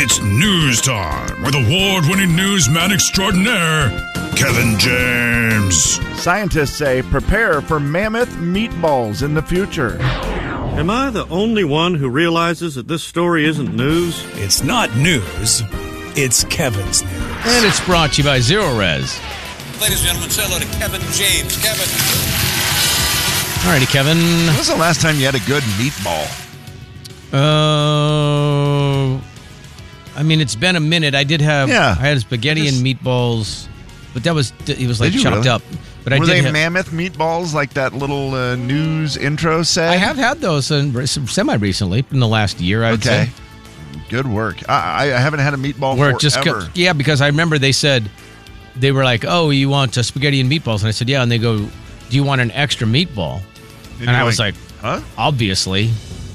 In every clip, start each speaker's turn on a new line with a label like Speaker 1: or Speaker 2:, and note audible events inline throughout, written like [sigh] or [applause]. Speaker 1: It's news time with award winning newsman extraordinaire, Kevin James.
Speaker 2: Scientists say prepare for mammoth meatballs in the future.
Speaker 3: Am I the only one who realizes that this story isn't news?
Speaker 4: It's not news, it's Kevin's news.
Speaker 5: And it's brought to you by Zero Res.
Speaker 6: Ladies and gentlemen, say hello to Kevin James. Kevin.
Speaker 5: Alrighty, Kevin.
Speaker 2: When was the last time you had a good meatball?
Speaker 5: Uh, I mean, it's been a minute. I did have.
Speaker 2: Yeah.
Speaker 5: I had spaghetti
Speaker 2: Just-
Speaker 5: and meatballs, but that was it was like
Speaker 2: Did you
Speaker 5: chopped
Speaker 2: really?
Speaker 5: up. But I
Speaker 2: Were
Speaker 5: did.
Speaker 2: they
Speaker 5: have,
Speaker 2: mammoth meatballs like that little uh, news intro said?
Speaker 5: I have had those in, semi recently in the last year. I would
Speaker 2: Okay.
Speaker 5: say.
Speaker 2: Good work. I, I I haven't had a meatball
Speaker 5: where
Speaker 2: forever.
Speaker 5: it just co- yeah because i remember they said they were like oh you want uh, spaghetti and meatballs and i said yeah and they go do you want an extra meatball and, i
Speaker 2: you're
Speaker 5: was
Speaker 2: like,
Speaker 5: like
Speaker 2: huh?
Speaker 5: obviously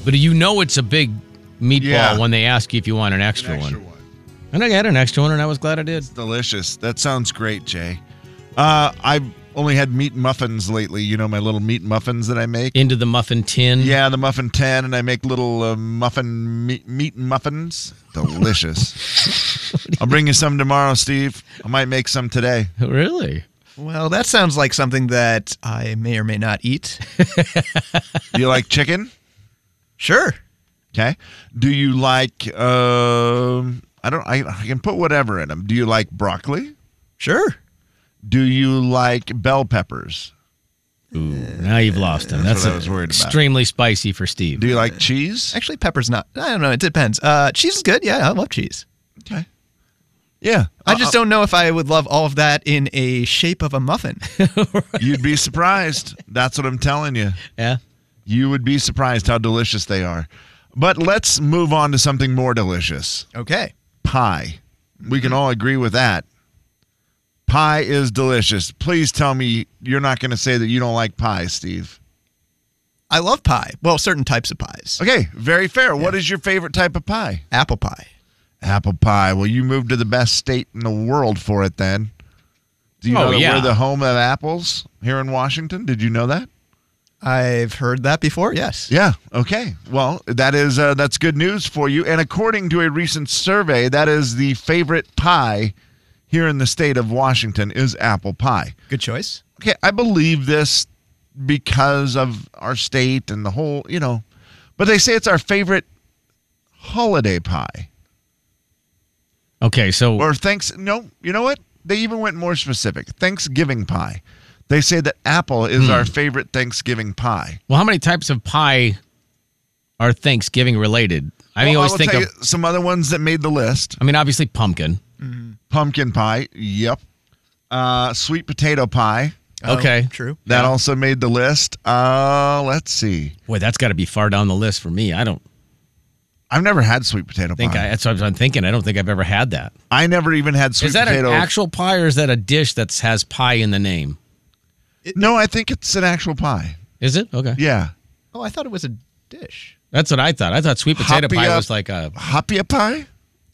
Speaker 5: but you know it's a big meatball
Speaker 2: Yeah.
Speaker 5: when they ask you if you want an extra, one. and i got an extra one and i was glad i did
Speaker 2: Delicious. That sounds great, Jay. Uh, I've only had meat muffins lately. You know my little meat muffins that I make.
Speaker 5: into the muffin tin
Speaker 2: Yeah, the muffin tin, and I make little uh, muffin meat, meat muffins. Delicious.
Speaker 7: [laughs]
Speaker 2: I'll bring you some tomorrow, Steve. I might make some today.
Speaker 5: [laughs] really
Speaker 7: Well, that sounds like something that I may or may not eat. [laughs]
Speaker 2: Do you like chicken?
Speaker 7: Sure.
Speaker 2: Okay. Do you like? Um, I don't. I, I can put whatever in them. Do you like broccoli?
Speaker 7: Sure.
Speaker 2: Do you like bell peppers?
Speaker 5: now you've lost him that's,
Speaker 2: what I
Speaker 5: a-
Speaker 2: was worried about.
Speaker 5: extremely spicy for steve
Speaker 2: Do you like cheese?
Speaker 7: Actually, pepper's not. I don't know. It depends. Uh, cheese is good. Yeah, I love cheese.
Speaker 2: Okay. Yeah,
Speaker 7: I just don't know if I would love all of that in a shape of a muffin. [laughs]
Speaker 2: You'd be surprised. That's what I'm telling you.
Speaker 5: yeah
Speaker 2: You would be surprised how delicious they are. But let's move on to something more delicious.
Speaker 7: okay.
Speaker 2: Pie. We can all agree with that. Pie is delicious. Please tell me you're not going to say that you don't like pie, Steve.
Speaker 7: I love pie. Well, certain types of pies.
Speaker 2: Okay, very fair. What is your favorite type of pie?
Speaker 7: Apple pie.
Speaker 2: Apple pie. Well, you moved to the best state in the world for it then. Do you
Speaker 5: Oh,
Speaker 2: know that
Speaker 5: yeah.
Speaker 2: we're the home of apples here in Washington? Did you know that?
Speaker 7: I've heard that before. Yes.
Speaker 2: Yeah. Okay. Well, that is uh, that's good news for you. And according to a recent survey, that is the favorite pie here in the state of Washington is apple pie.
Speaker 7: Good choice.
Speaker 2: Okay, I believe this because of our state and the whole, you know, but they say it's our favorite holiday pie.
Speaker 5: okay so
Speaker 2: Or thanks no, you know what? They even went more specific. Thanksgiving pie. They say that apple is
Speaker 5: Hmm.
Speaker 2: our favorite Thanksgiving pie.
Speaker 5: well how many types of pie are thanksgiving related i mean
Speaker 2: Well,
Speaker 5: I always
Speaker 2: will
Speaker 5: think
Speaker 2: tell
Speaker 5: of
Speaker 2: you some other ones that made the list.
Speaker 5: i mean obviously pumpkin
Speaker 2: pumpkin pie. Yep. Uh, sweet potato pie.
Speaker 7: Oh,
Speaker 5: Okay.
Speaker 7: True.
Speaker 2: That also made the list. Uh, let's see.
Speaker 5: Boy, that's got to be far down the list for me. I don't
Speaker 2: I've never had sweet potato
Speaker 5: think I.
Speaker 2: pie.
Speaker 5: That's what I'm thinking. I don't think I've ever had that. Is
Speaker 2: I never even had sweet
Speaker 5: that
Speaker 2: potato.
Speaker 5: an actual pie or is that a dish that has pie in the name?
Speaker 2: no, I think it's an actual pie.
Speaker 5: Is it okay?
Speaker 2: Yeah.
Speaker 7: Oh, I thought it was a dish.
Speaker 5: That's what I thought. I thought sweet potato
Speaker 2: Hoppy
Speaker 5: pie
Speaker 2: up.
Speaker 5: was like a.
Speaker 2: Hapia pie?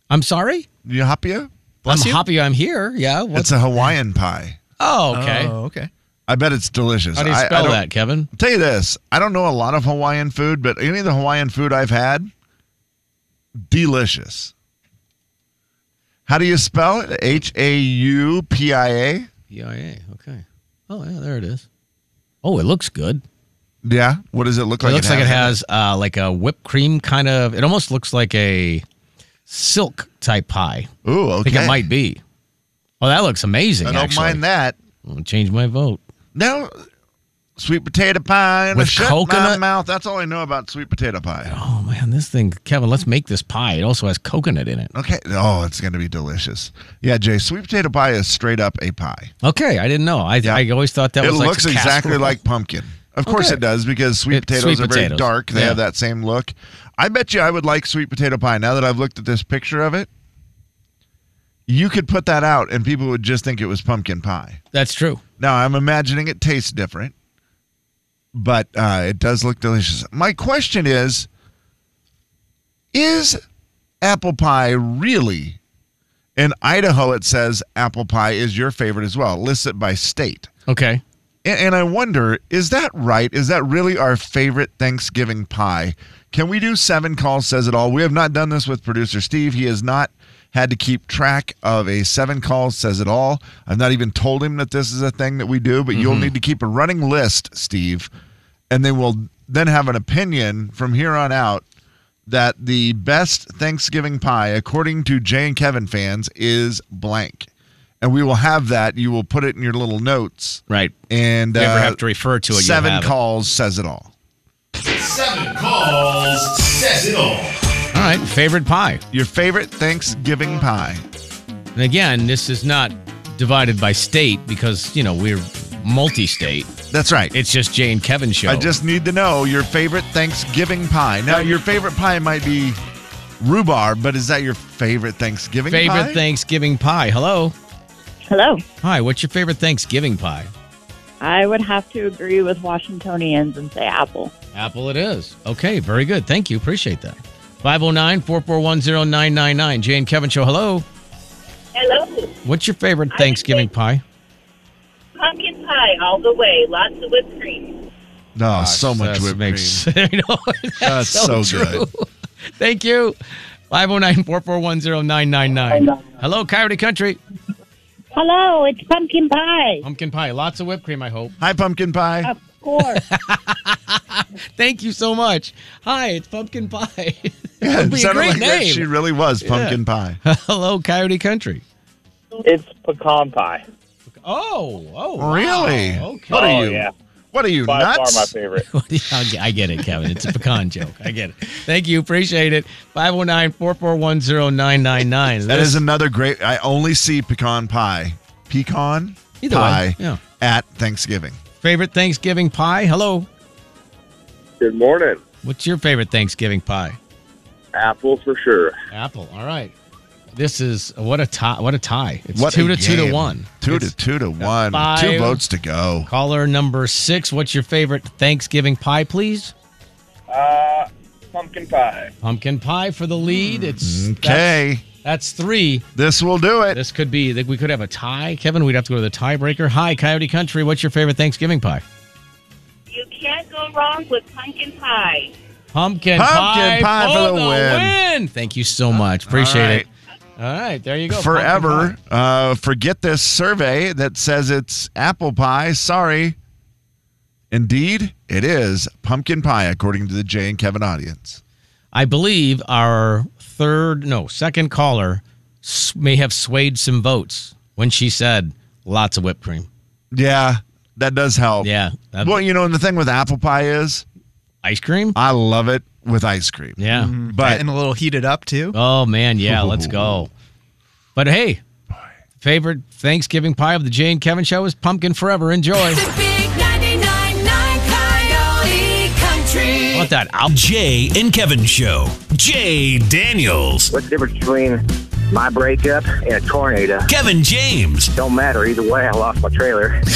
Speaker 5: I'm sorry.
Speaker 2: You hapia?
Speaker 5: I'm happy I'm here. Yeah.
Speaker 2: It's
Speaker 5: What's
Speaker 2: a Hawaiian pie.
Speaker 5: oh okay?
Speaker 7: Oh, okay.
Speaker 2: I bet it's delicious.
Speaker 5: How do you
Speaker 2: I- I
Speaker 5: spell
Speaker 2: don't-
Speaker 5: that, Kevin?
Speaker 2: I'll tell you this. I don't know a lot of Hawaiian food, but any of the Hawaiian food I've had, delicious. How do you spell it? H A U P I A?
Speaker 5: EIA. Okay. Oh yeah, there it is. Oh, it looks good.
Speaker 2: Yeah. What does it look like?
Speaker 5: it looks like it has uh, like a whipped cream kind of. It almost looks like a silk type pie.
Speaker 2: Ooh, okay.
Speaker 5: I think it might be. Oh, that looks amazing.
Speaker 2: I don't
Speaker 5: actually.
Speaker 2: mind that.
Speaker 5: I'm gonna change my vote.
Speaker 2: No, sweet potato pie and
Speaker 5: With
Speaker 2: I shut my
Speaker 5: coconut?
Speaker 2: mouth. That's all I know about sweet potato pie.
Speaker 5: Oh man, this thing, Kevin. Let's make this pie. It also has coconut in it.
Speaker 2: Okay. Oh, it's gonna be delicious. Yeah, Jay. Sweet potato pie is straight up a pie.
Speaker 5: Okay, I didn't know. I, I always thought that
Speaker 2: it
Speaker 5: was like
Speaker 2: looks
Speaker 5: a
Speaker 2: exactly
Speaker 5: casserole.
Speaker 2: like pumpkin. Of course
Speaker 5: Okay.
Speaker 2: it does because sweet
Speaker 5: It's
Speaker 2: potatoes
Speaker 5: sweet
Speaker 2: are very
Speaker 5: potatoes.
Speaker 2: dark. They
Speaker 5: Yeah.
Speaker 2: have that same look. I bet you I would like sweet potato pie. Now that I've looked at this picture of it, you could put that out and people would just think it was pumpkin pie.
Speaker 5: That's true.
Speaker 2: Now I'm imagining it tastes different, but uh, it does look delicious. My question is: Is apple pie really? In Idaho, it says apple pie is your favorite as well. Lists it by state,
Speaker 5: Okay,
Speaker 2: and, and I wonder: Is that right? Is that really our favorite Thanksgiving pie? Can we do seven calls says it all? We have not done this with producer Steve. He has not had to keep track of a seven calls says it all. I've not even told him that this is a thing that we do, but you'll need to keep a running list, Steve, and then we'll then have an opinion from here on out that the best Thanksgiving pie, according to Jay and Kevin fans, is blank. And we will have that. You will put it in your little notes.
Speaker 5: Right.
Speaker 2: And
Speaker 5: You never
Speaker 2: uh,
Speaker 5: have to refer to it, you'll
Speaker 2: Seven
Speaker 5: have it.
Speaker 2: calls says it all.
Speaker 8: Seven calls says it all.
Speaker 5: All right. Favorite pie.
Speaker 2: Your favorite Thanksgiving pie.
Speaker 5: And again, this is not divided by state because, you know, we're multi state.
Speaker 2: That's right.
Speaker 5: It's just Jay and Kevin show.
Speaker 2: I just need to know your favorite Thanksgiving pie. Now, your favorite pie might be rhubarb, but is that your favorite Thanksgiving
Speaker 5: favorite
Speaker 2: pie?
Speaker 5: Thanksgiving pie. Hello.
Speaker 9: Hello.
Speaker 5: Hi. What's your favorite Thanksgiving pie?
Speaker 9: I would have to agree with Washingtonians and say apple.
Speaker 5: Apple it is. Okay, very good. Thank you. Appreciate that. 509-441-0999. Jay and Kevin Show. Hello.
Speaker 9: Hello.
Speaker 5: What's your favorite Thanksgiving pie?
Speaker 9: Pumpkin pie all the way. Lots of whipped cream.
Speaker 2: No, so much
Speaker 5: That
Speaker 2: whipped
Speaker 5: makes- [laughs]
Speaker 2: cream.
Speaker 5: I know, that's
Speaker 2: That's
Speaker 5: so,
Speaker 2: so
Speaker 5: true.
Speaker 2: good.
Speaker 5: [laughs] Thank you. 509-441-0999. Hello, Coyote Country.
Speaker 9: Hello, it's pumpkin pie.
Speaker 5: Pumpkin pie. Lots of whipped cream, I hope.
Speaker 2: Hi, pumpkin pie.
Speaker 9: Of course.
Speaker 5: Thank you so much. Hi, it's Pumpkin Pie. [laughs]
Speaker 2: Yeah,
Speaker 5: That'd
Speaker 2: it
Speaker 5: be a
Speaker 2: sounded
Speaker 5: great
Speaker 2: like that.
Speaker 5: name.
Speaker 2: She really was pumpkin pie.
Speaker 5: [laughs] Hello, Coyote Country.
Speaker 10: It's pecan pie.
Speaker 5: Oh, oh. wow.
Speaker 2: Really?
Speaker 5: Okay.
Speaker 2: What
Speaker 5: [laughs]
Speaker 2: are you?
Speaker 10: yeah.
Speaker 2: What are you
Speaker 10: By
Speaker 2: nuts?
Speaker 10: far my favorite.
Speaker 5: I'll get- I get it, Kevin. It's a pecan joke. I get it. Thank you. Appreciate it. 509-441-0999.
Speaker 2: That is another great. I only see pecan pie, pecan
Speaker 5: Either way,
Speaker 2: pie
Speaker 5: yeah.
Speaker 2: at Thanksgiving.
Speaker 5: favorite Thanksgiving pie. Hello.
Speaker 10: Good morning.
Speaker 5: What's your favorite Thanksgiving pie?
Speaker 10: Apple for sure.
Speaker 5: Apple. All right. This is what a tie. What a tie. It's
Speaker 2: What
Speaker 5: two
Speaker 2: a
Speaker 5: to two to
Speaker 2: game.
Speaker 5: one.
Speaker 2: Two
Speaker 5: It's-
Speaker 2: to two to one. Two
Speaker 5: five.
Speaker 2: votes to go.
Speaker 5: Caller number six. What's your favorite Thanksgiving pie, please?
Speaker 10: Uh, pumpkin pie.
Speaker 5: Pumpkin pie for the lead. It's that's-
Speaker 2: Okay,
Speaker 5: that's three.
Speaker 2: this will do it.
Speaker 5: This could be that we could have a tie. Kevin, we'd have to go to the tiebreaker. Hi, Coyote Country. What's your favorite Thanksgiving pie?
Speaker 9: [laughs] you can't go wrong with pumpkin pie.
Speaker 5: Pumpkin,
Speaker 2: Pumpkin
Speaker 5: pie,
Speaker 2: pie for the win.
Speaker 5: Thank you so much. Appreciate
Speaker 2: right.
Speaker 5: it. All right, there you go. Pumpkin
Speaker 2: Forever,
Speaker 5: pie.
Speaker 2: uh, forget this survey that says it's apple pie. Sorry. Indeed, it is pumpkin pie, according to the Jay and Kevin audience.
Speaker 5: I believe our third, no, second caller s- may have swayed some votes when she said lots of whipped cream.
Speaker 2: Yeah, that does help.
Speaker 5: Yeah, that-
Speaker 2: Well, you know, and the thing with apple pie is,
Speaker 5: ice cream.
Speaker 2: I Mm-hmm. love it with ice cream.
Speaker 5: Yeah.
Speaker 2: But
Speaker 7: and a little heated up too.
Speaker 5: Oh man,
Speaker 2: [laughs]
Speaker 5: yeah. Let's go. But hey, favorite Thanksgiving pie of the Jay and Kevin show is pumpkin forever. Enjoy.
Speaker 11: Big 99.9 Coyote Country.
Speaker 5: What that out.
Speaker 4: Jay and Kevin Show. Jay Daniels.
Speaker 10: What's the difference between my breakup and a tornado?
Speaker 4: Kevin James.
Speaker 10: Don't matter either way. I lost my trailer.
Speaker 4: [laughs]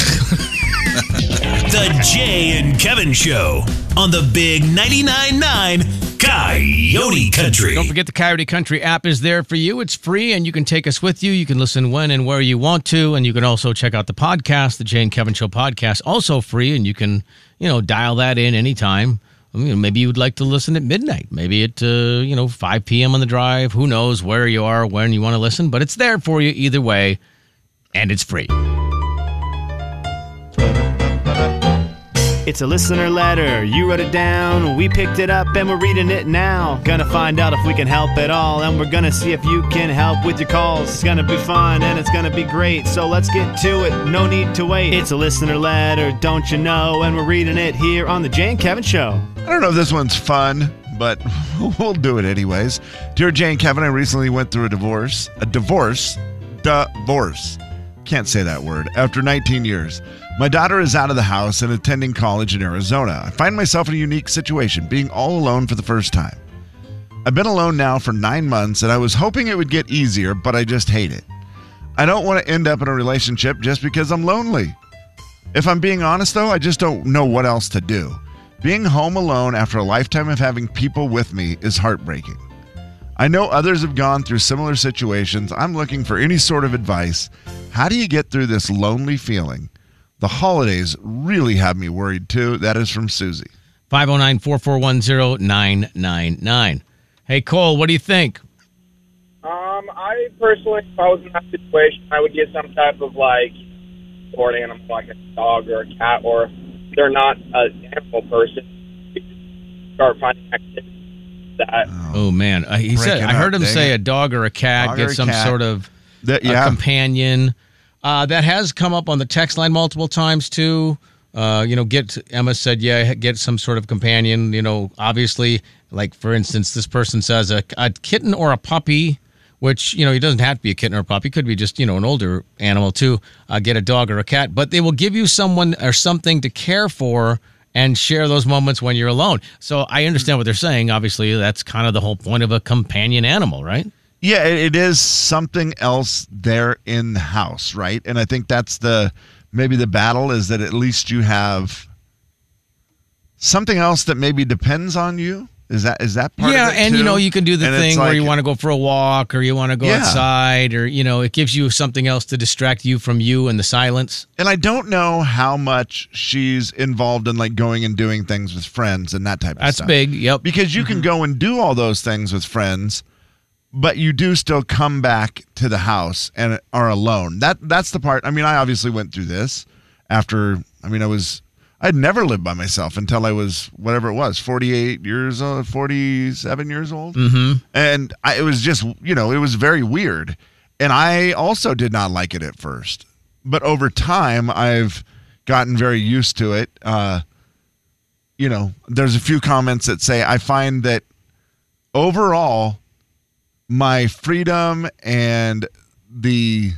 Speaker 4: The Jay and Kevin Show on the Big 99.9 Coyote Country.
Speaker 5: Don't forget the Coyote Country app is there for you. It's free and you can take us with you. You can listen when and where you want to. And you can also check out the podcast, the Jay and Kevin Show podcast, also free. And you can, you know, dial that in anytime. I mean, maybe you would like to listen at midnight, maybe at, uh, you know, 5 p.m. on the drive. Who knows where you are, when you want to listen, but it's there for you either way. And it's free.
Speaker 8: It's a listener letter. You wrote it down. We picked it up and we're reading it now. Gonna find out if we can help at all. And we're gonna see if you can help with your calls. It's gonna be fun and it's gonna be great. So let's get to it. No need to wait. It's a listener letter, don't you know? And we're reading it here on The Jay and Kevin Show.
Speaker 2: I don't know if this one's fun, but [laughs] we'll do it anyways. Dear Jane Kevin, I recently went through a divorce. A divorce? Divorce. Can't say that word. After 19 years, my daughter is out of the house and attending college in Arizona. I find myself in a unique situation, being all alone for the first time. I've been alone now for nine months and I was hoping it would get easier, but I just hate it. I don't want to end up in a relationship just because I'm lonely. If I'm being honest, though, I just don't know what else to do. Being home alone after a lifetime of having people with me is heartbreaking. I know others have gone through similar situations. I'm looking for any sort of advice. How do you get through this lonely feeling? The holidays really have me worried, too. That is from Susie.
Speaker 5: 509 441 999. Hey, Cole, what do you think?
Speaker 12: Um, I personally, if I was in that situation, I would get some type of like support animal, like a dog or a cat, or if they're not an animal person. Start finding activities that
Speaker 5: Oh, man. Uh, he
Speaker 12: Break
Speaker 5: said,
Speaker 12: it
Speaker 5: I heard
Speaker 12: up,
Speaker 5: him
Speaker 12: dang
Speaker 5: say
Speaker 12: it.
Speaker 5: a dog or a cat,
Speaker 12: Dog or
Speaker 5: get
Speaker 12: a
Speaker 5: some
Speaker 12: cat.
Speaker 5: sort of
Speaker 2: That-
Speaker 5: a
Speaker 2: yeah.
Speaker 5: companion. Uh, that has come up on the text line multiple times, too. Uh, you know, get Emma said, yeah, get some sort of companion. You know, obviously, like for instance, this person says a, a kitten or a puppy, which, you know, it doesn't have to be a kitten or a puppy. It could be just, you know, an older animal, too. Uh, get a dog or a cat, but they will give you someone or something to care for and share those moments when you're alone. So I understand what they're saying. Obviously, that's kind of the whole point of a companion animal, right?
Speaker 2: Yeah, it, it is something else there in the house, right? And I think that's the maybe the battle is that at least you have something else that maybe depends on you. Is that is that part?
Speaker 5: yeah,
Speaker 2: of it
Speaker 5: and you
Speaker 2: too?
Speaker 5: know you can do the
Speaker 2: And it's
Speaker 5: thing where
Speaker 2: like-
Speaker 5: you want to go for a walk or you want to go
Speaker 2: Yeah.
Speaker 5: outside or you know it gives you something else to distract you from you and the silence.
Speaker 2: And I don't know how much she's involved in like going and doing things with friends and that type of
Speaker 5: That's
Speaker 2: stuff.
Speaker 5: big, yep.
Speaker 2: Because you can go and do all those things with friends, but you do still come back to the house and are alone. That that's the part. I mean, I obviously went through this after I mean, I was I'd never lived by myself until I was whatever it was, 48 years old, 47 years old
Speaker 5: Mm-hmm.
Speaker 2: and I, it was just you know it was very weird and i also did not like it at first but over time i've gotten very used to it uh you know there's a few comments that say i find that overall my freedom and the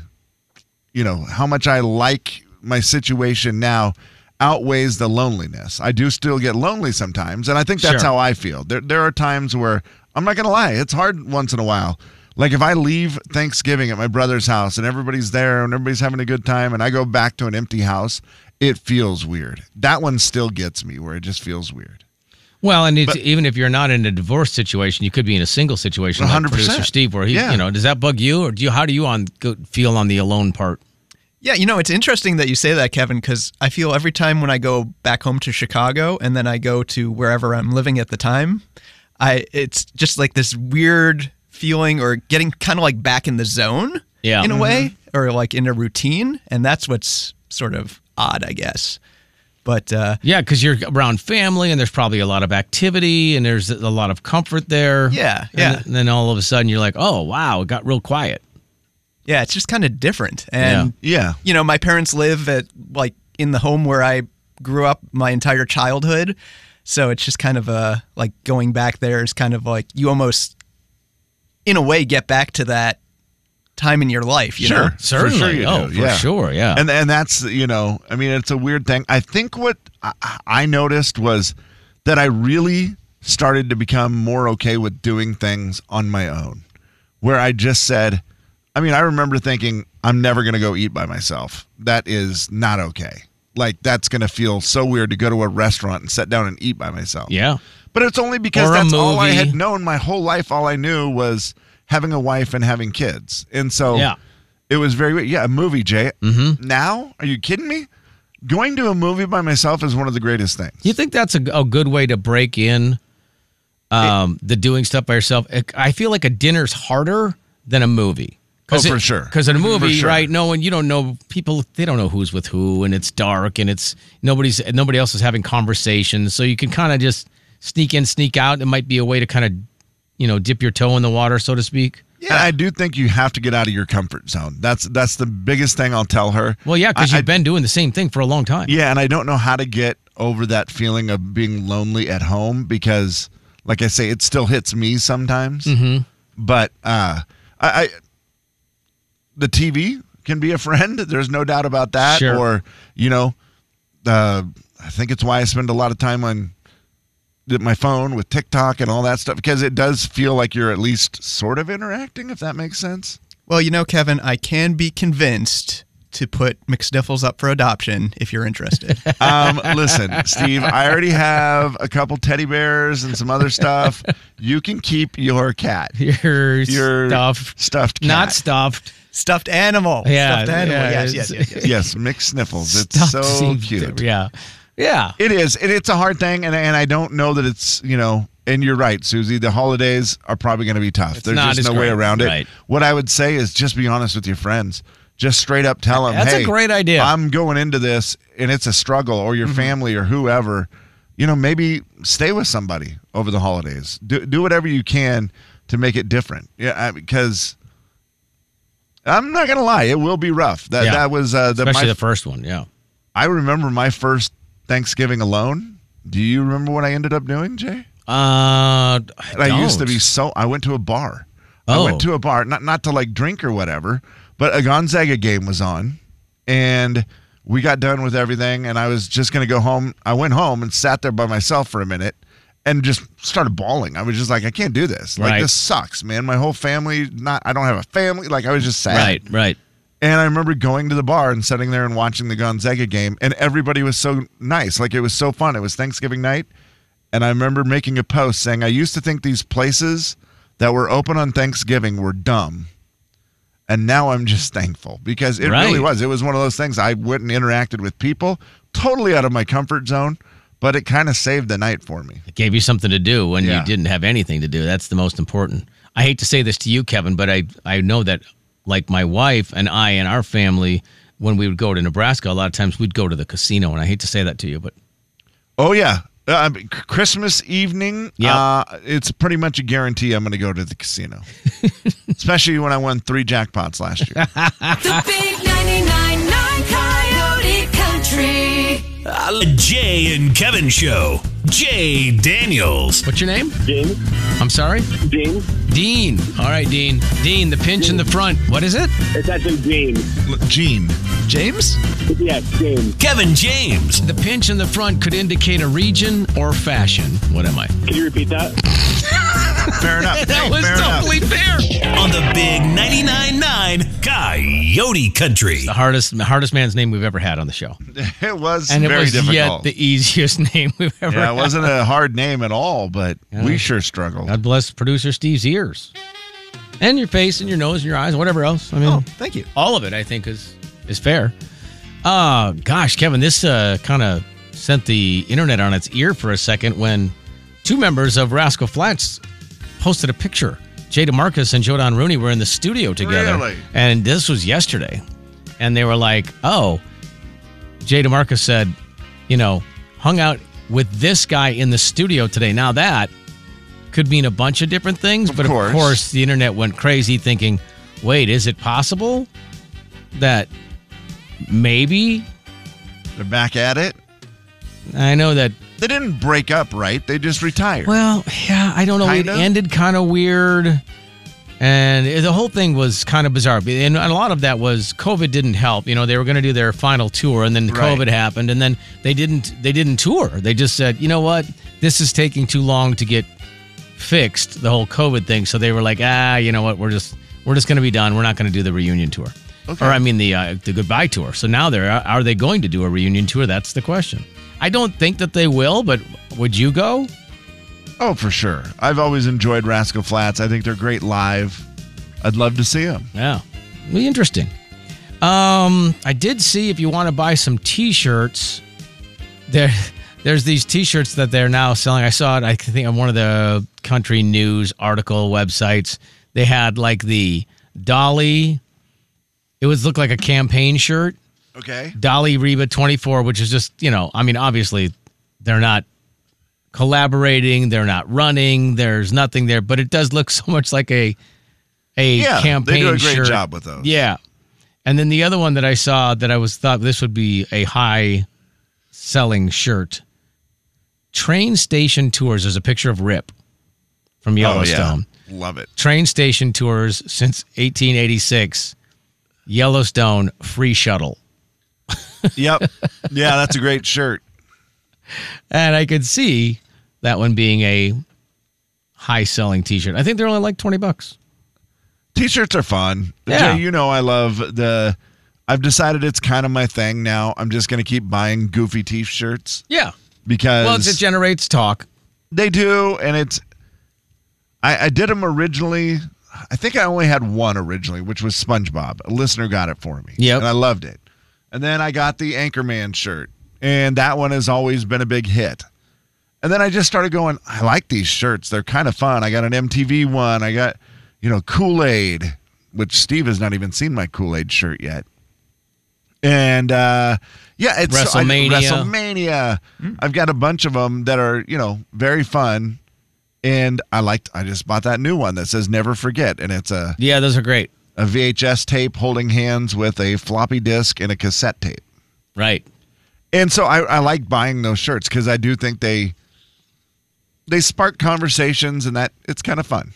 Speaker 2: you know how much i like my situation now outweighs the loneliness i do still get lonely sometimes and i think that's
Speaker 5: Sure.
Speaker 2: how i feel there, there are times where i'm not gonna lie it's hard once in a while like if i leave thanksgiving at my brother's house and everybody's there and everybody's having a good time and i go back to an empty house it feels weird that one still gets me where it just feels weird
Speaker 5: Well, and it's, even if you're not in a divorce situation, you could be in a single situation. like
Speaker 2: 100%.
Speaker 5: producer Steve, where he,
Speaker 7: Yeah.
Speaker 5: you know, does that bug you or do you? How do you on go, feel on the alone part?
Speaker 7: Yeah, you know, it's interesting that you say that, Kevin, because I feel every time when I go back home to Chicago and then I go to wherever I'm living at the time, I it's just like this weird feeling or getting kind of like back in the zone
Speaker 5: Yeah.
Speaker 7: in a way or like in a routine. And that's what's sort of odd, I guess. But uh,
Speaker 5: Yeah, because you're around family and there's probably a lot of activity and there's a lot of comfort there.
Speaker 7: Yeah,
Speaker 5: And
Speaker 7: yeah.
Speaker 5: th- and then all of a sudden you're like, oh wow, it got real quiet.
Speaker 7: Yeah, it's just kind of different. And
Speaker 2: yeah,
Speaker 7: you know, my parents live at like in the home where I grew up my entire childhood, so it's just kind of a like going back there is kind of like you almost, in a way, get back to that time in your life. You know?
Speaker 2: For you
Speaker 5: Oh,
Speaker 2: do, yeah. And and that's you know, I mean, it's a weird thing. I think what I, I noticed was that I really started to become more okay with doing things on my own, where I just said, I mean, I remember thinking I'm never going to go eat by myself. That is not okay. Like that's going to feel so weird to go to a restaurant and sit down and eat by myself.
Speaker 5: Yeah.
Speaker 2: But it's only because
Speaker 5: Or a
Speaker 2: that's all I
Speaker 5: movie.
Speaker 2: had known my whole life. All I knew was having a wife and having kids. And so
Speaker 5: Yeah.
Speaker 2: it was very, yeah, a movie, Jay. Mm-hmm. Now, are you kidding me? Going to a movie by myself is one of the greatest things.
Speaker 5: You think that's a, a good way to break in um, the doing stuff by yourself? I- I feel like a dinner's harder than a movie.
Speaker 2: Oh, for sure.
Speaker 5: Because in a
Speaker 2: For
Speaker 5: movie,
Speaker 2: sure.
Speaker 5: right? No one, you don't know people. They don't know who's with who, and it's dark, and it's nobody's nobody else is having conversations. So you can kind of just sneak in, sneak out. It might be a way to kind of, you know, dip your toe in the water, so to speak.
Speaker 2: Yeah, I do think you have to get out of your comfort zone. That's that's the biggest thing I'll tell her.
Speaker 5: Well, yeah, because
Speaker 2: I-
Speaker 5: you've been doing the same thing for a long time.
Speaker 2: Yeah, and I don't know how to get over that feeling of being lonely at home because, like I say, it still hits me sometimes.
Speaker 5: Mhm.
Speaker 2: But uh, I, I, the TV can be a friend. [laughs] There's no doubt about that.
Speaker 5: Sure.
Speaker 2: Or you know, uh, I think it's why I spend a lot of time on th- my phone with TikTok and all that stuff because it does feel like you're at least sort of interacting, if that makes sense.
Speaker 7: Well, you know, Kevin, I can be convinced to put McSniffles up for adoption if
Speaker 5: [laughs]
Speaker 7: you're interested.
Speaker 2: Um, listen, Steve, I already have a couple teddy bears and some other stuff. You can keep your cat.
Speaker 5: Your,
Speaker 2: stuffed, stuffed cat.
Speaker 5: Not stuffed.
Speaker 7: Stuffed animal.
Speaker 5: Yeah,
Speaker 7: Stuffed animal.
Speaker 5: yeah,
Speaker 7: yes,
Speaker 5: it's-
Speaker 7: yes, yes, yes.
Speaker 2: Yes, mixed sniffles. It's
Speaker 5: Stuffed
Speaker 2: so
Speaker 5: seems
Speaker 2: cute.
Speaker 5: Yeah. Yeah.
Speaker 2: [laughs] It is. And it's a hard thing. And, and I don't know that it's, you know, and you're right, Susie. The holidays are probably going to be tough. There's
Speaker 5: not
Speaker 2: just
Speaker 5: as
Speaker 2: no way
Speaker 5: great.
Speaker 2: around it.
Speaker 5: Right.
Speaker 2: What I would say is just be honest with your friends. Just straight up tell them,
Speaker 5: That's a
Speaker 2: hey,
Speaker 5: great idea. Mm-hmm.
Speaker 2: I'm going into this and it's a struggle, or your family or whoever. You know, maybe stay with somebody over the holidays. Do, do whatever you can to make it different. Yeah, because I'm not going to lie, it will be rough. That,
Speaker 5: Yeah.
Speaker 2: that was uh, the,
Speaker 5: Especially
Speaker 2: my-
Speaker 5: the first one. Yeah.
Speaker 2: I remember my first Thanksgiving alone. Do you remember what I ended up doing, Jay?
Speaker 5: Uh, I,
Speaker 2: And I used to
Speaker 5: don't.
Speaker 2: be so. I went to a bar. I
Speaker 5: Oh.
Speaker 2: went to a bar, not not to like drink or whatever, but a Gonzaga game was on, and we got done with everything, and I was just gonna go home. I went home and sat there by myself for a minute, and just started bawling. I was just like, I can't do this. Like
Speaker 5: Right.
Speaker 2: this sucks, man. My whole family. Not. I don't have a family. Like I was just sad.
Speaker 5: Right, right.
Speaker 2: And I remember going to the bar and sitting there and watching the Gonzaga game, and everybody was so nice. Like it was so fun. It was Thanksgiving night. And I remember making a post saying, I used to think these places that were open on Thanksgiving were dumb. And now I'm just thankful because it really
Speaker 5: Right.
Speaker 2: was. It was one of those things I went and interacted with people totally out of my comfort zone, but it kind of saved the night for me.
Speaker 5: It gave you something to do when
Speaker 2: Yeah.
Speaker 5: you didn't have anything to do. That's the most important. I hate to say this to you, Kevin, but I, I know that like my wife and I and our family, when we would go to Nebraska, a lot of times we'd go to the casino. And I hate to say that to you, but
Speaker 2: Oh, yeah. Uh, I mean, C- Christmas evening,
Speaker 5: Yeah.
Speaker 2: uh, it's pretty much a guarantee I'm going to go to the
Speaker 5: [laughs]
Speaker 2: casino, especially when I won three jackpots last
Speaker 5: [laughs]
Speaker 2: year.
Speaker 11: The big 99.9 Coyote Country.
Speaker 4: Uh, Jay and Kevin Show. Jay Daniels.
Speaker 5: What's your name?
Speaker 12: Dean.
Speaker 5: I'm sorry?
Speaker 12: Dean.
Speaker 5: Dean. All right, Dean. Dean, the pinch in the front. What is it?
Speaker 12: It's actually Dean.
Speaker 2: Gene.
Speaker 7: James?
Speaker 12: Yes, Dean.
Speaker 4: Kevin James.
Speaker 5: The pinch in the front could indicate a region or fashion. What am I?
Speaker 12: Can you repeat that?
Speaker 2: Fair enough.
Speaker 5: [laughs] That
Speaker 2: Hey,
Speaker 5: was
Speaker 2: fair enough.
Speaker 5: totally fair.
Speaker 4: On the big 99.9 Coyote Country.
Speaker 5: The hardest, the hardest man's name we've ever had on the show,
Speaker 2: [laughs] It was
Speaker 5: and it
Speaker 2: very
Speaker 5: was yet
Speaker 2: difficult.
Speaker 5: the easiest [laughs] name we've ever.
Speaker 2: yeah, it
Speaker 5: had.
Speaker 2: wasn't a hard name at all, but we sure struggled.
Speaker 5: God bless producer Steve's ears, and your face, and your nose, and your eyes, whatever else. I mean,
Speaker 7: Oh,
Speaker 5: [laughs]
Speaker 7: thank you.
Speaker 5: all of it, I think, is is fair. Uh gosh, Kevin, this uh, kind of sent the internet on its ear for a second when two members of Rascal Flats posted a picture. Jay DeMarcus and Joe Don Rooney were in the studio together,
Speaker 2: Really?
Speaker 5: and this was yesterday. And they were like, "Oh, Jay DeMarcus said, you know, hung out with this guy in the studio today." Now that could mean a bunch of different things, but
Speaker 2: course.
Speaker 5: of course, the internet went crazy thinking, "Wait, is it possible that maybe
Speaker 2: They're back at it.
Speaker 5: I know that
Speaker 2: They didn't break up, right? They just retired.
Speaker 5: Well, yeah, I don't know.
Speaker 2: Kinda?
Speaker 5: It ended kind of weird. And the whole thing was kind of bizarre. And a lot of that was COVID didn't help. You know, they were going to do their final tour and then
Speaker 2: Right.
Speaker 5: COVID happened and then they didn't they didn't tour. They just said, "You know what? This is taking too long to get fixed the whole COVID thing." So they were like, "Ah, you know what? We're just we're just going to be done. We're not going to do the reunion tour." Or I mean the uh, the goodbye tour. So now they're are they going to do a reunion tour? That's the question. I don't think that they will, but would you go?
Speaker 2: oh, for sure. I've always enjoyed Rascal Flats. I think they're great live. I'd love to see them.
Speaker 5: Yeah. Really interesting. Um, I did see if you want to buy some t-shirts, there [laughs] there's these t-shirts that they're now selling. I saw it, I think on one of the country news article websites. They had like the Dolly it was looked like a campaign shirt.
Speaker 2: Okay.
Speaker 5: Dolly Reba 24, which is just, you know, I mean, obviously they're not collaborating, they're not running, there's nothing there, but it does look [laughs] so much like a a
Speaker 2: Yeah,
Speaker 5: campaign
Speaker 2: they do a great
Speaker 5: shirt.
Speaker 2: job with those.
Speaker 5: Yeah. And then the other one that I saw that I was thought this would be a high selling shirt. Train station tours. There's a picture of
Speaker 2: Oh,
Speaker 5: Rip from Yellowstone
Speaker 2: Love it.
Speaker 5: train station tours since 1886 yellowstone free shuttle
Speaker 2: Yep.
Speaker 5: [laughs]
Speaker 2: yeah, that's a great shirt.
Speaker 5: and i could see that one being a high selling t-shirt i think they're only like 20 bucks
Speaker 2: T-shirts are fun.
Speaker 5: Yeah.
Speaker 2: Jay, you know I love the. I've decided it's kind of my thing now. I'm just going to keep buying goofy T-shirts
Speaker 5: yeah
Speaker 2: because
Speaker 5: well it generates talk
Speaker 2: They do, and it's. I, I did them originally. I think I only had one originally, which was SpongeBob. A listener got it for me.
Speaker 5: Yep.
Speaker 2: and I loved it. And then I got the Anchorman shirt, And that one has always been a big hit. And then I just started going, I like these shirts. They're kind of fun. I got an MTV one. I got, you know, Kool Aid, which Steve has not even seen my Kool Aid shirt yet. And uh, yeah, it's so I-
Speaker 5: WrestleMania.
Speaker 2: WrestleMania. I've got a bunch of them that are, you know, very fun. And I liked, I just bought that new one that says Never Forget. And it's a,
Speaker 5: yeah, those are great.
Speaker 2: A VHS tape holding hands with a floppy disk and a cassette tape.
Speaker 5: Right.
Speaker 2: And so I, I like buying those shirts because I do think they they spark conversations and that it's kind of fun.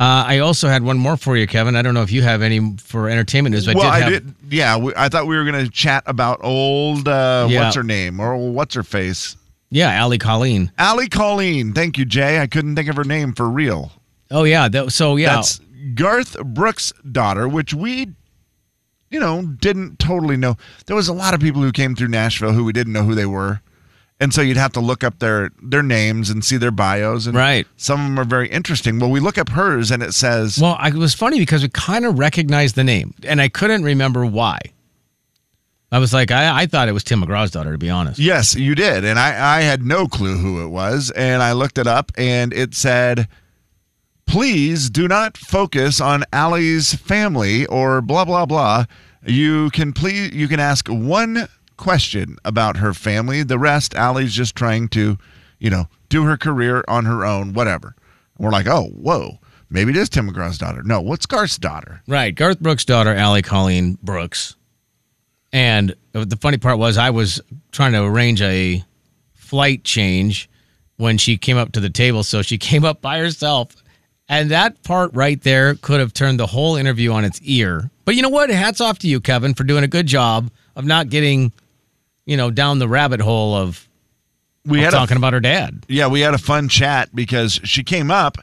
Speaker 5: Uh, I also had one more for you, Kevin. I don't know if you have any for entertainment news. But
Speaker 2: well,
Speaker 5: I did have,
Speaker 2: I did. Yeah, we, I thought we were going to chat about old uh,
Speaker 5: Yeah.
Speaker 2: what's her name or what's her face,
Speaker 5: Yeah, Allie Colleen.
Speaker 2: Allie Colleen. Thank you, Jay. I couldn't think of her name for real.
Speaker 5: Oh yeah, that, so yeah,
Speaker 2: That's Garth Brooks' daughter, which we, you know, didn't totally know. There was a lot of people who came through Nashville who we didn't know who they were. And so you'd have to look up their their names and see their bios and
Speaker 5: Right.
Speaker 2: some of them are very interesting. Well, we look up hers and it says
Speaker 5: Well, I, it was funny because we kind of recognized the name, and I couldn't remember why. I was like, I, I thought it was Tim McGraw's daughter, to be honest.
Speaker 2: Yes, you did. And I, I had no clue who it was. And I looked it up and it said, please do not focus on Allie's family or blah, blah, blah. You can please, you can ask one question about her family. The rest, Allie's just trying to, you know, do her career on her own, whatever. And we're like, oh, whoa, maybe it is Tim McGraw's daughter. No, what's Garth's daughter?
Speaker 5: Right, Garth Brooks' daughter, Allie Colleen Brooks, and the funny part was I was trying to arrange a flight change when she came up to the table, so she [laughs] came up by herself, and that part right there could have turned the whole interview on its ear. But you know what? Hats off to you, Kevin, for doing a good job of not getting, you know, down the rabbit hole of
Speaker 2: We
Speaker 5: of
Speaker 2: had a-
Speaker 5: talking about her dad.
Speaker 2: Yeah, we had a fun chat because she came up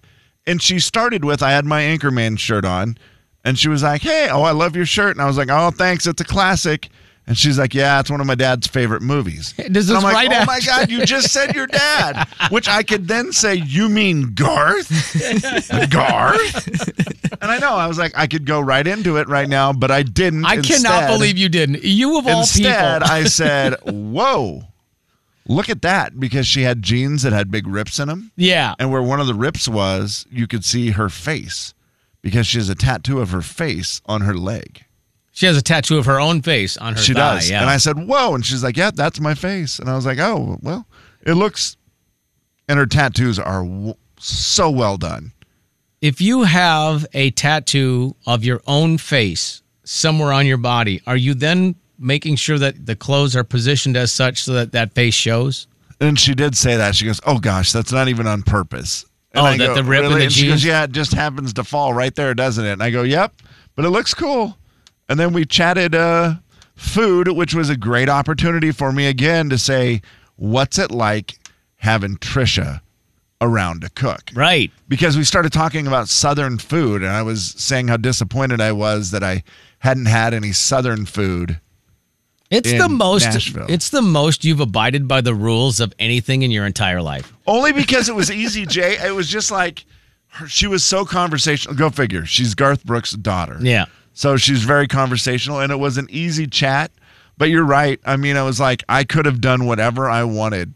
Speaker 2: and she started with I had my Anchorman shirt on and she was like, "Hey, oh, I love your shirt." And I was like, "Oh, thanks. It's a classic." And she's like, "Yeah, it's one of my dad's favorite movies."
Speaker 5: [laughs] This is
Speaker 2: and I'm like,
Speaker 5: right
Speaker 2: "Oh
Speaker 5: after-
Speaker 2: my god, you just said your
Speaker 5: [laughs]
Speaker 2: dad," which I could then say, "You mean Garth?" Garth? And I know I was like, I could go right into it right now, but I didn't.
Speaker 5: I cannot
Speaker 2: Instead-
Speaker 5: believe you didn't. You of all
Speaker 2: Instead,
Speaker 5: [laughs] people.
Speaker 2: I said, "Whoa, look at that!" Because she had jeans that had big rips in them.
Speaker 5: Yeah.
Speaker 2: and where one of the rips was, you could see her face because she has a tattoo of her face on her leg.
Speaker 5: she has a tattoo of her own face on her
Speaker 2: she
Speaker 5: thigh.
Speaker 2: does.
Speaker 5: Yeah.
Speaker 2: And I said, "Whoa!" And she's like, "Yeah, that's my face." And I was like, "Oh, well, it looks." And her tattoos are w- so well done.
Speaker 5: if you have a tattoo of your own face somewhere on your body, are you then making sure that the clothes are positioned as such so that that face shows?
Speaker 2: And she did say that. She goes, "Oh gosh, that's not even on purpose." And
Speaker 5: Oh, that the rip in the
Speaker 2: And she goes,
Speaker 5: jeans?
Speaker 2: "Yeah, it just happens to fall right there, doesn't it?" And I go, "Yep, but it looks cool." And then we chatted uh, food, which was a great opportunity for me again to say, "What's it like having Trisha around to cook?"
Speaker 5: Right.
Speaker 2: Because we started talking about Southern food, and I was saying how disappointed I was that I hadn't had any Southern food.
Speaker 5: It's
Speaker 2: in
Speaker 5: the most
Speaker 2: Nashville.
Speaker 5: it's the most you've abided by the rules of anything in your entire life. [laughs]
Speaker 2: Only because it was easy, Jay. It was just like her, she was so conversational. Go figure. She's Garth Brooks' daughter.
Speaker 5: Yeah.
Speaker 2: So she's very conversational, and it was an easy chat. But you're right. I mean, I was like, I could have done whatever I wanted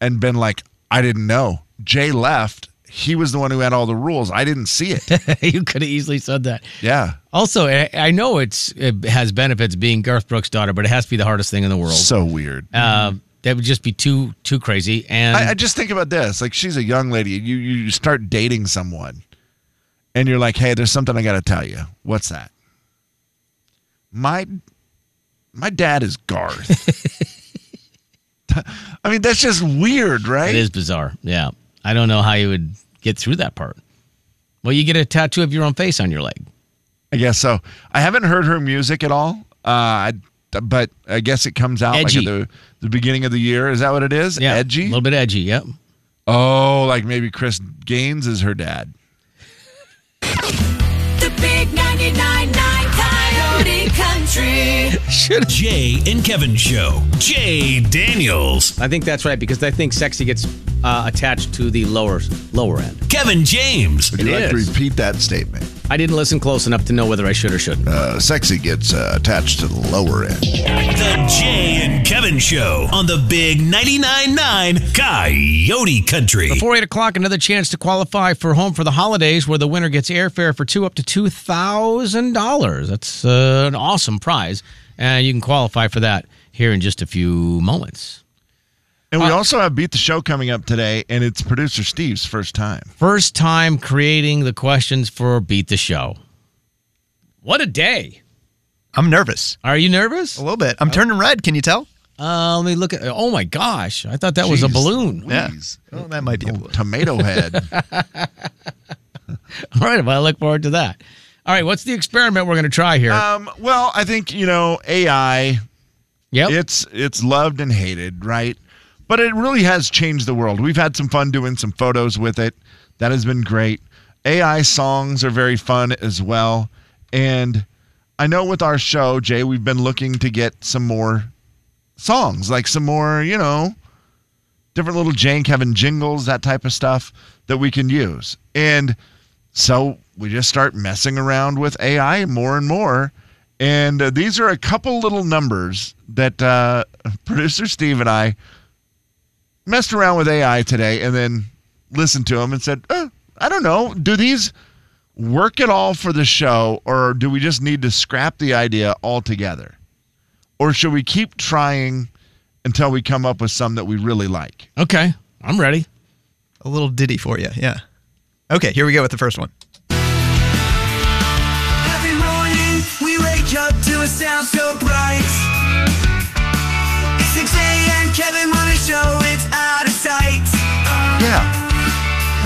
Speaker 2: and been like, I didn't know. Jay left. He was the one who had all the rules. I didn't see
Speaker 5: [laughs]
Speaker 2: it.
Speaker 5: you could have easily said that.
Speaker 2: Yeah.
Speaker 5: Also, I I know it's it has benefits being Garth Brooks' daughter, but it has to be the hardest thing in the world.
Speaker 2: So weird.
Speaker 5: uh, that would just be too too crazy. And
Speaker 2: I, I just think about this. Like she's a young lady. You you start dating someone, and you're like, hey, there's something I got to tell you. What's that? My my dad is Garth.
Speaker 5: [laughs]
Speaker 2: I mean, that's just weird, right?
Speaker 5: It is bizarre. Yeah. I don't know how you would get through that part. Well, you get a tattoo of your own face on your leg.
Speaker 2: I guess so. I haven't heard her music at all. Uh, I, but I guess it comes out
Speaker 5: Edgy.
Speaker 2: like at the, the beginning of the year. Is that what it is?
Speaker 5: Yeah.
Speaker 2: Edgy.
Speaker 5: A little bit edgy. Yep.
Speaker 2: Oh, like maybe Chris Gaines is her dad.
Speaker 11: The big 99.9 Coyote Country.
Speaker 4: Jay and Kevin Show. Jay Daniels.
Speaker 5: I think that's right because I think sexy gets uh, attached to the lower lower end.
Speaker 4: Kevin James.
Speaker 2: Would you like to repeat that statement?
Speaker 5: I didn't listen close enough to know whether I should or shouldn't.
Speaker 2: Uh, sexy gets uh, attached to the lower end.
Speaker 4: The Jay and Kevin Show on the Big 99.9 9 Coyote Country.
Speaker 5: Before 8 o'clock, another chance to qualify for Home for the Holidays, where the winner gets airfare for two up to $2,000. That's uh, an awesome prize, and you can qualify for that here in just a few moments.
Speaker 2: And
Speaker 7: Uh,
Speaker 2: we also have Beat the Show coming up today, and it's producer Steve's first time.
Speaker 5: First time creating the questions for Beat the Show. What a day.
Speaker 7: I'm nervous.
Speaker 5: Are you nervous? A
Speaker 7: little bit. I'm turning red. Can you tell?
Speaker 5: Uh, let me look at. Oh my gosh! I thought that was a
Speaker 7: Jeez
Speaker 5: balloon. [laughs]
Speaker 7: Louise. Yeah. Oh, that might be a balloon.
Speaker 2: Tomato
Speaker 7: [laughs]
Speaker 2: head.
Speaker 5: All right, well, I look forward to that. All right, what's the experiment we're going to try here?
Speaker 2: Um, well, I think you know AI.
Speaker 5: Yeah,
Speaker 2: it's it's loved and hated, right? But it really has changed the world. We've had some fun doing some photos with it. That has been great. AI songs are very fun as well. And I know with our show, Jay, we've been looking to get some more songs, like some more, you know, different little Jane Kevin jingles, that type of stuff that we can use. And so we just start messing around with AI more and more. And uh, these are a couple little numbers that uh, [laughs] producer Steve and I messed around with AI today and then listened to them and said, uh, I don't know, do these work at all for the show or do we just need to scrap the idea altogether? Or should we keep trying until we come up with some that we really like?
Speaker 5: Okay, I'm ready.
Speaker 7: A little ditty for you. Yeah. Okay, here we go with the first one.
Speaker 11: Every morning we wake up to a sound so bright. It's 6 a.m. Kevin wanna show it's out of sight.
Speaker 2: Yeah.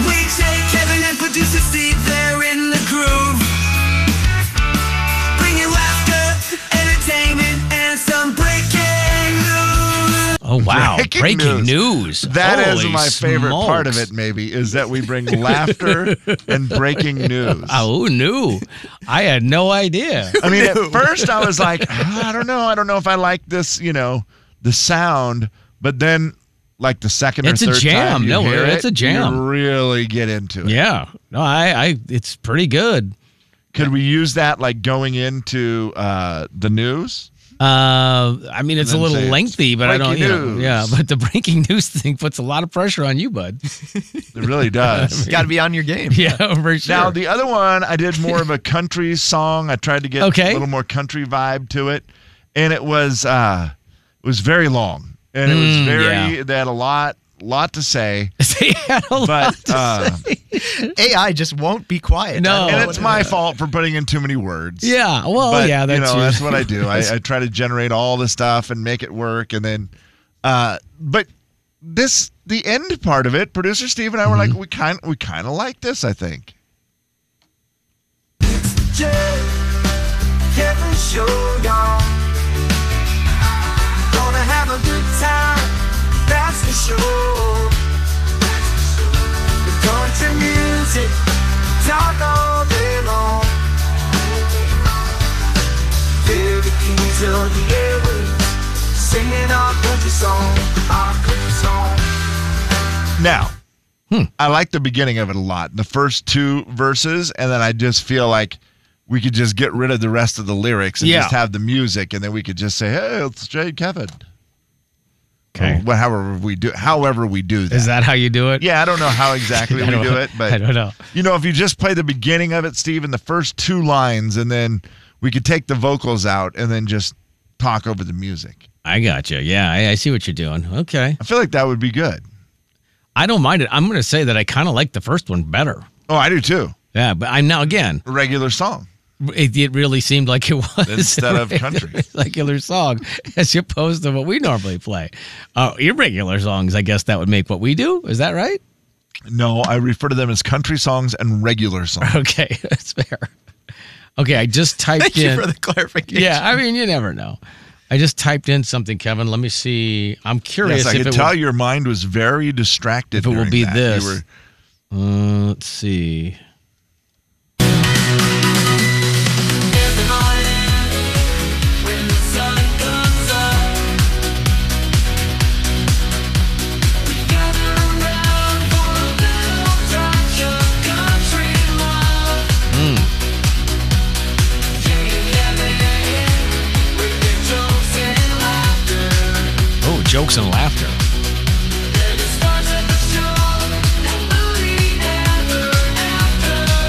Speaker 11: We take Kevin and producer Steve, they're in the groove. Bringing laughter, entertainment, and some breaking news.
Speaker 5: Oh
Speaker 2: [laughs]
Speaker 5: wow! Breaking, news.
Speaker 2: That is
Speaker 5: Holy
Speaker 2: my favorite part of
Speaker 5: smokes.
Speaker 2: it, maybe, is that we bring laughter and breaking news.
Speaker 5: Oh, who knew? I had no
Speaker 2: [laughs]
Speaker 5: idea.
Speaker 2: I mean, at first I was like, "Ah, I don't know. I don't know if I like this, you know, the sound. But then, like the second
Speaker 5: It's
Speaker 2: or
Speaker 5: a
Speaker 2: third
Speaker 5: jam.
Speaker 2: time, you
Speaker 5: No,
Speaker 2: hear
Speaker 5: it's
Speaker 2: it,
Speaker 5: a jam.
Speaker 2: You really get into it.
Speaker 5: yeah. No, I, I. It's pretty good.
Speaker 2: Could we use that like going into uh, the news?
Speaker 5: Uh, I mean, it's a
Speaker 2: then
Speaker 5: little
Speaker 2: say it's
Speaker 5: lengthy, but I don't.
Speaker 2: breaking
Speaker 5: You know,
Speaker 2: news.
Speaker 5: yeah, but the [laughs] breaking news thing puts a lot of pressure on
Speaker 2: [laughs]
Speaker 5: you, bud.
Speaker 2: It
Speaker 5: [laughs]
Speaker 2: really does.
Speaker 7: Got to be on your game.
Speaker 5: yeah, [laughs] for sure.
Speaker 2: Now the other one, I did more
Speaker 5: [laughs]
Speaker 2: of a country song. I tried to get
Speaker 5: Okay.
Speaker 2: a little more country vibe to it, and it was uh, it was very long, and it
Speaker 5: Mm,
Speaker 2: was very
Speaker 5: yeah.
Speaker 2: they had a lot lot to say.
Speaker 5: They had [laughs] a lot
Speaker 2: But
Speaker 5: to
Speaker 2: uh,
Speaker 7: AI just won't be quiet.
Speaker 5: Oh, No.
Speaker 7: I don't know
Speaker 2: and
Speaker 7: what
Speaker 2: it's
Speaker 7: it
Speaker 2: my
Speaker 7: is.
Speaker 2: fault for putting in too many words.
Speaker 5: [laughs] yeah. Well,
Speaker 2: but,
Speaker 5: yeah. That's
Speaker 2: you know
Speaker 5: your-
Speaker 2: that's what I do. I, I try to generate all the stuff and make it work, and then, uh, but this the end part of it. Producer Steve and I were like,
Speaker 5: Mm-hmm.
Speaker 2: we kind we kind of like this. I think.
Speaker 11: Jay, Kevin Show, y'all. Gonna have a good time, that's for sure. We're going to music, talk all day long. Feel the keys of the airwaves, singing our country song, our country song.
Speaker 2: Now,
Speaker 5: Hmm.
Speaker 2: I like the beginning of it a lot. The first two verses, and then I just feel like we could just get rid of the rest of the lyrics and
Speaker 5: Yeah.
Speaker 2: just have the music, and then we could just say, "Hey, it's Jay Kevin."
Speaker 5: [laughs] Okay.
Speaker 2: Well, however we do, however we do that.
Speaker 5: Is that how you do it?
Speaker 2: Yeah, I don't know how exactly
Speaker 5: [laughs] I
Speaker 2: we
Speaker 5: don't-
Speaker 2: do it, but
Speaker 5: I don't know.
Speaker 2: You know, if you just play the beginning of it, Steve, and the first two lines, and then we could take the vocals out and then just talk over the music.
Speaker 5: I gotcha. Yeah, I, I see what you're doing. Okay.
Speaker 2: I feel like that would be good.
Speaker 5: I don't mind it. I'm going to say that I kind of like the first one better.
Speaker 2: Oh, I do too.
Speaker 5: Yeah, but I'm now again.
Speaker 2: A regular song.
Speaker 5: It, it really seemed like it [laughs] was
Speaker 2: Instead of
Speaker 5: [laughs]
Speaker 2: country.
Speaker 5: regular song, [laughs] as opposed to what we normally play. Uh, irregular songs, I guess that would make what we do. Is that right? [laughs]
Speaker 2: No, I refer to them as country songs and regular
Speaker 5: [laughs]
Speaker 2: songs.
Speaker 5: Okay, that's fair. Okay, I
Speaker 2: [laughs]
Speaker 5: just typed
Speaker 7: Thank
Speaker 5: in.
Speaker 7: you for the
Speaker 5: [laughs]
Speaker 7: clarification.
Speaker 5: yeah, I mean, you never know. I just typed in something, Kevin. Let me see. I'm curious
Speaker 2: Yes, I
Speaker 5: if
Speaker 2: could
Speaker 5: it
Speaker 2: tell
Speaker 5: will,
Speaker 2: your mind was very distracted.
Speaker 5: if it will
Speaker 2: during
Speaker 5: be
Speaker 2: that. You
Speaker 5: this.
Speaker 2: were-
Speaker 5: Uh, let's see.
Speaker 11: Every morning when the sun comes up, we gather around for a little touch of country love.
Speaker 5: Oh, jokes and laughter.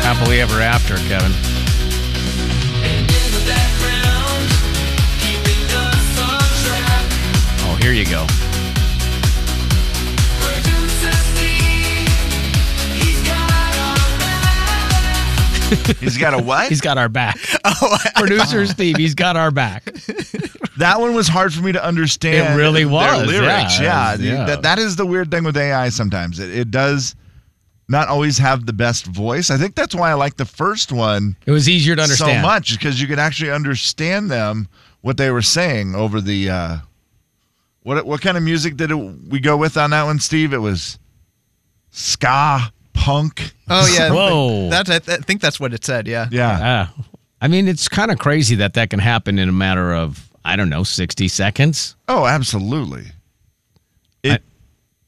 Speaker 5: Happily ever after, Kevin. Oh, here you go.
Speaker 2: He's
Speaker 5: [laughs]
Speaker 2: got a what?
Speaker 5: He's got
Speaker 2: [laughs]
Speaker 5: our back. Oh, Producer Steve, he's got our back.
Speaker 2: That one was hard for me to understand.
Speaker 5: It really was,
Speaker 2: Their lyrics, yeah.
Speaker 5: yeah. Yeah.
Speaker 2: That, that is the weird thing with AI sometimes. It, it does not always have the best voice. I think that's why I like the first one.
Speaker 5: It was easier to
Speaker 2: so
Speaker 5: understand.
Speaker 2: much because you could actually understand them what they were saying over the. Uh, what what kind of music did it, we go with on that one, Steve? It was ska punk.
Speaker 7: Oh yeah.
Speaker 5: Whoa.
Speaker 7: That, I, I think that's what it said. Yeah.
Speaker 2: Yeah.
Speaker 5: Ah. I mean, it's kind of crazy that that can happen in a matter of, I don't know, 60 seconds.
Speaker 2: Oh, absolutely.
Speaker 5: I-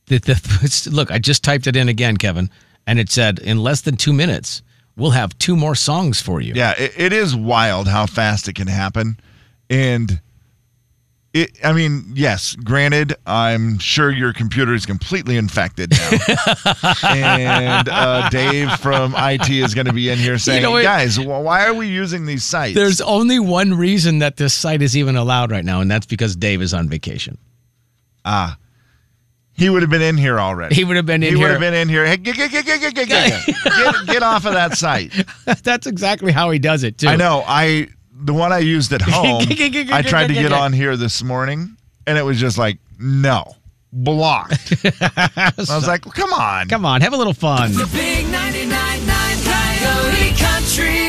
Speaker 5: the, the, [laughs] it's- look, I just typed it in again, Kevin, and it said, in less than two minutes, we'll have two more songs for you.
Speaker 2: Yeah, it, it is wild how fast it can happen. And it I mean, yes, granted, I'm sure your computer is completely infected now.
Speaker 5: [laughs]
Speaker 2: and uh, Dave from IT is going to be in here saying,
Speaker 5: know, it-
Speaker 2: "Guys, wh- why are we using these sites?"
Speaker 5: There's only one reason that this site is even allowed right now, and that's because Dave is on vacation. [laughs]
Speaker 2: ah he would have been in here already.
Speaker 5: He would have been in
Speaker 2: He would
Speaker 5: here.
Speaker 2: have been in here. Hey, get, get, get, get, get, get, get,
Speaker 5: [laughs]
Speaker 2: get, get off of that site.
Speaker 5: that's exactly how he does it, too.
Speaker 2: I know. I the one I used [laughs] at home. I tried to get on here this morning, and it was just like no, [laughs] blocked. I was like, come on,
Speaker 5: Come on, have a little fun.
Speaker 11: Big 99.9 Coyote Country.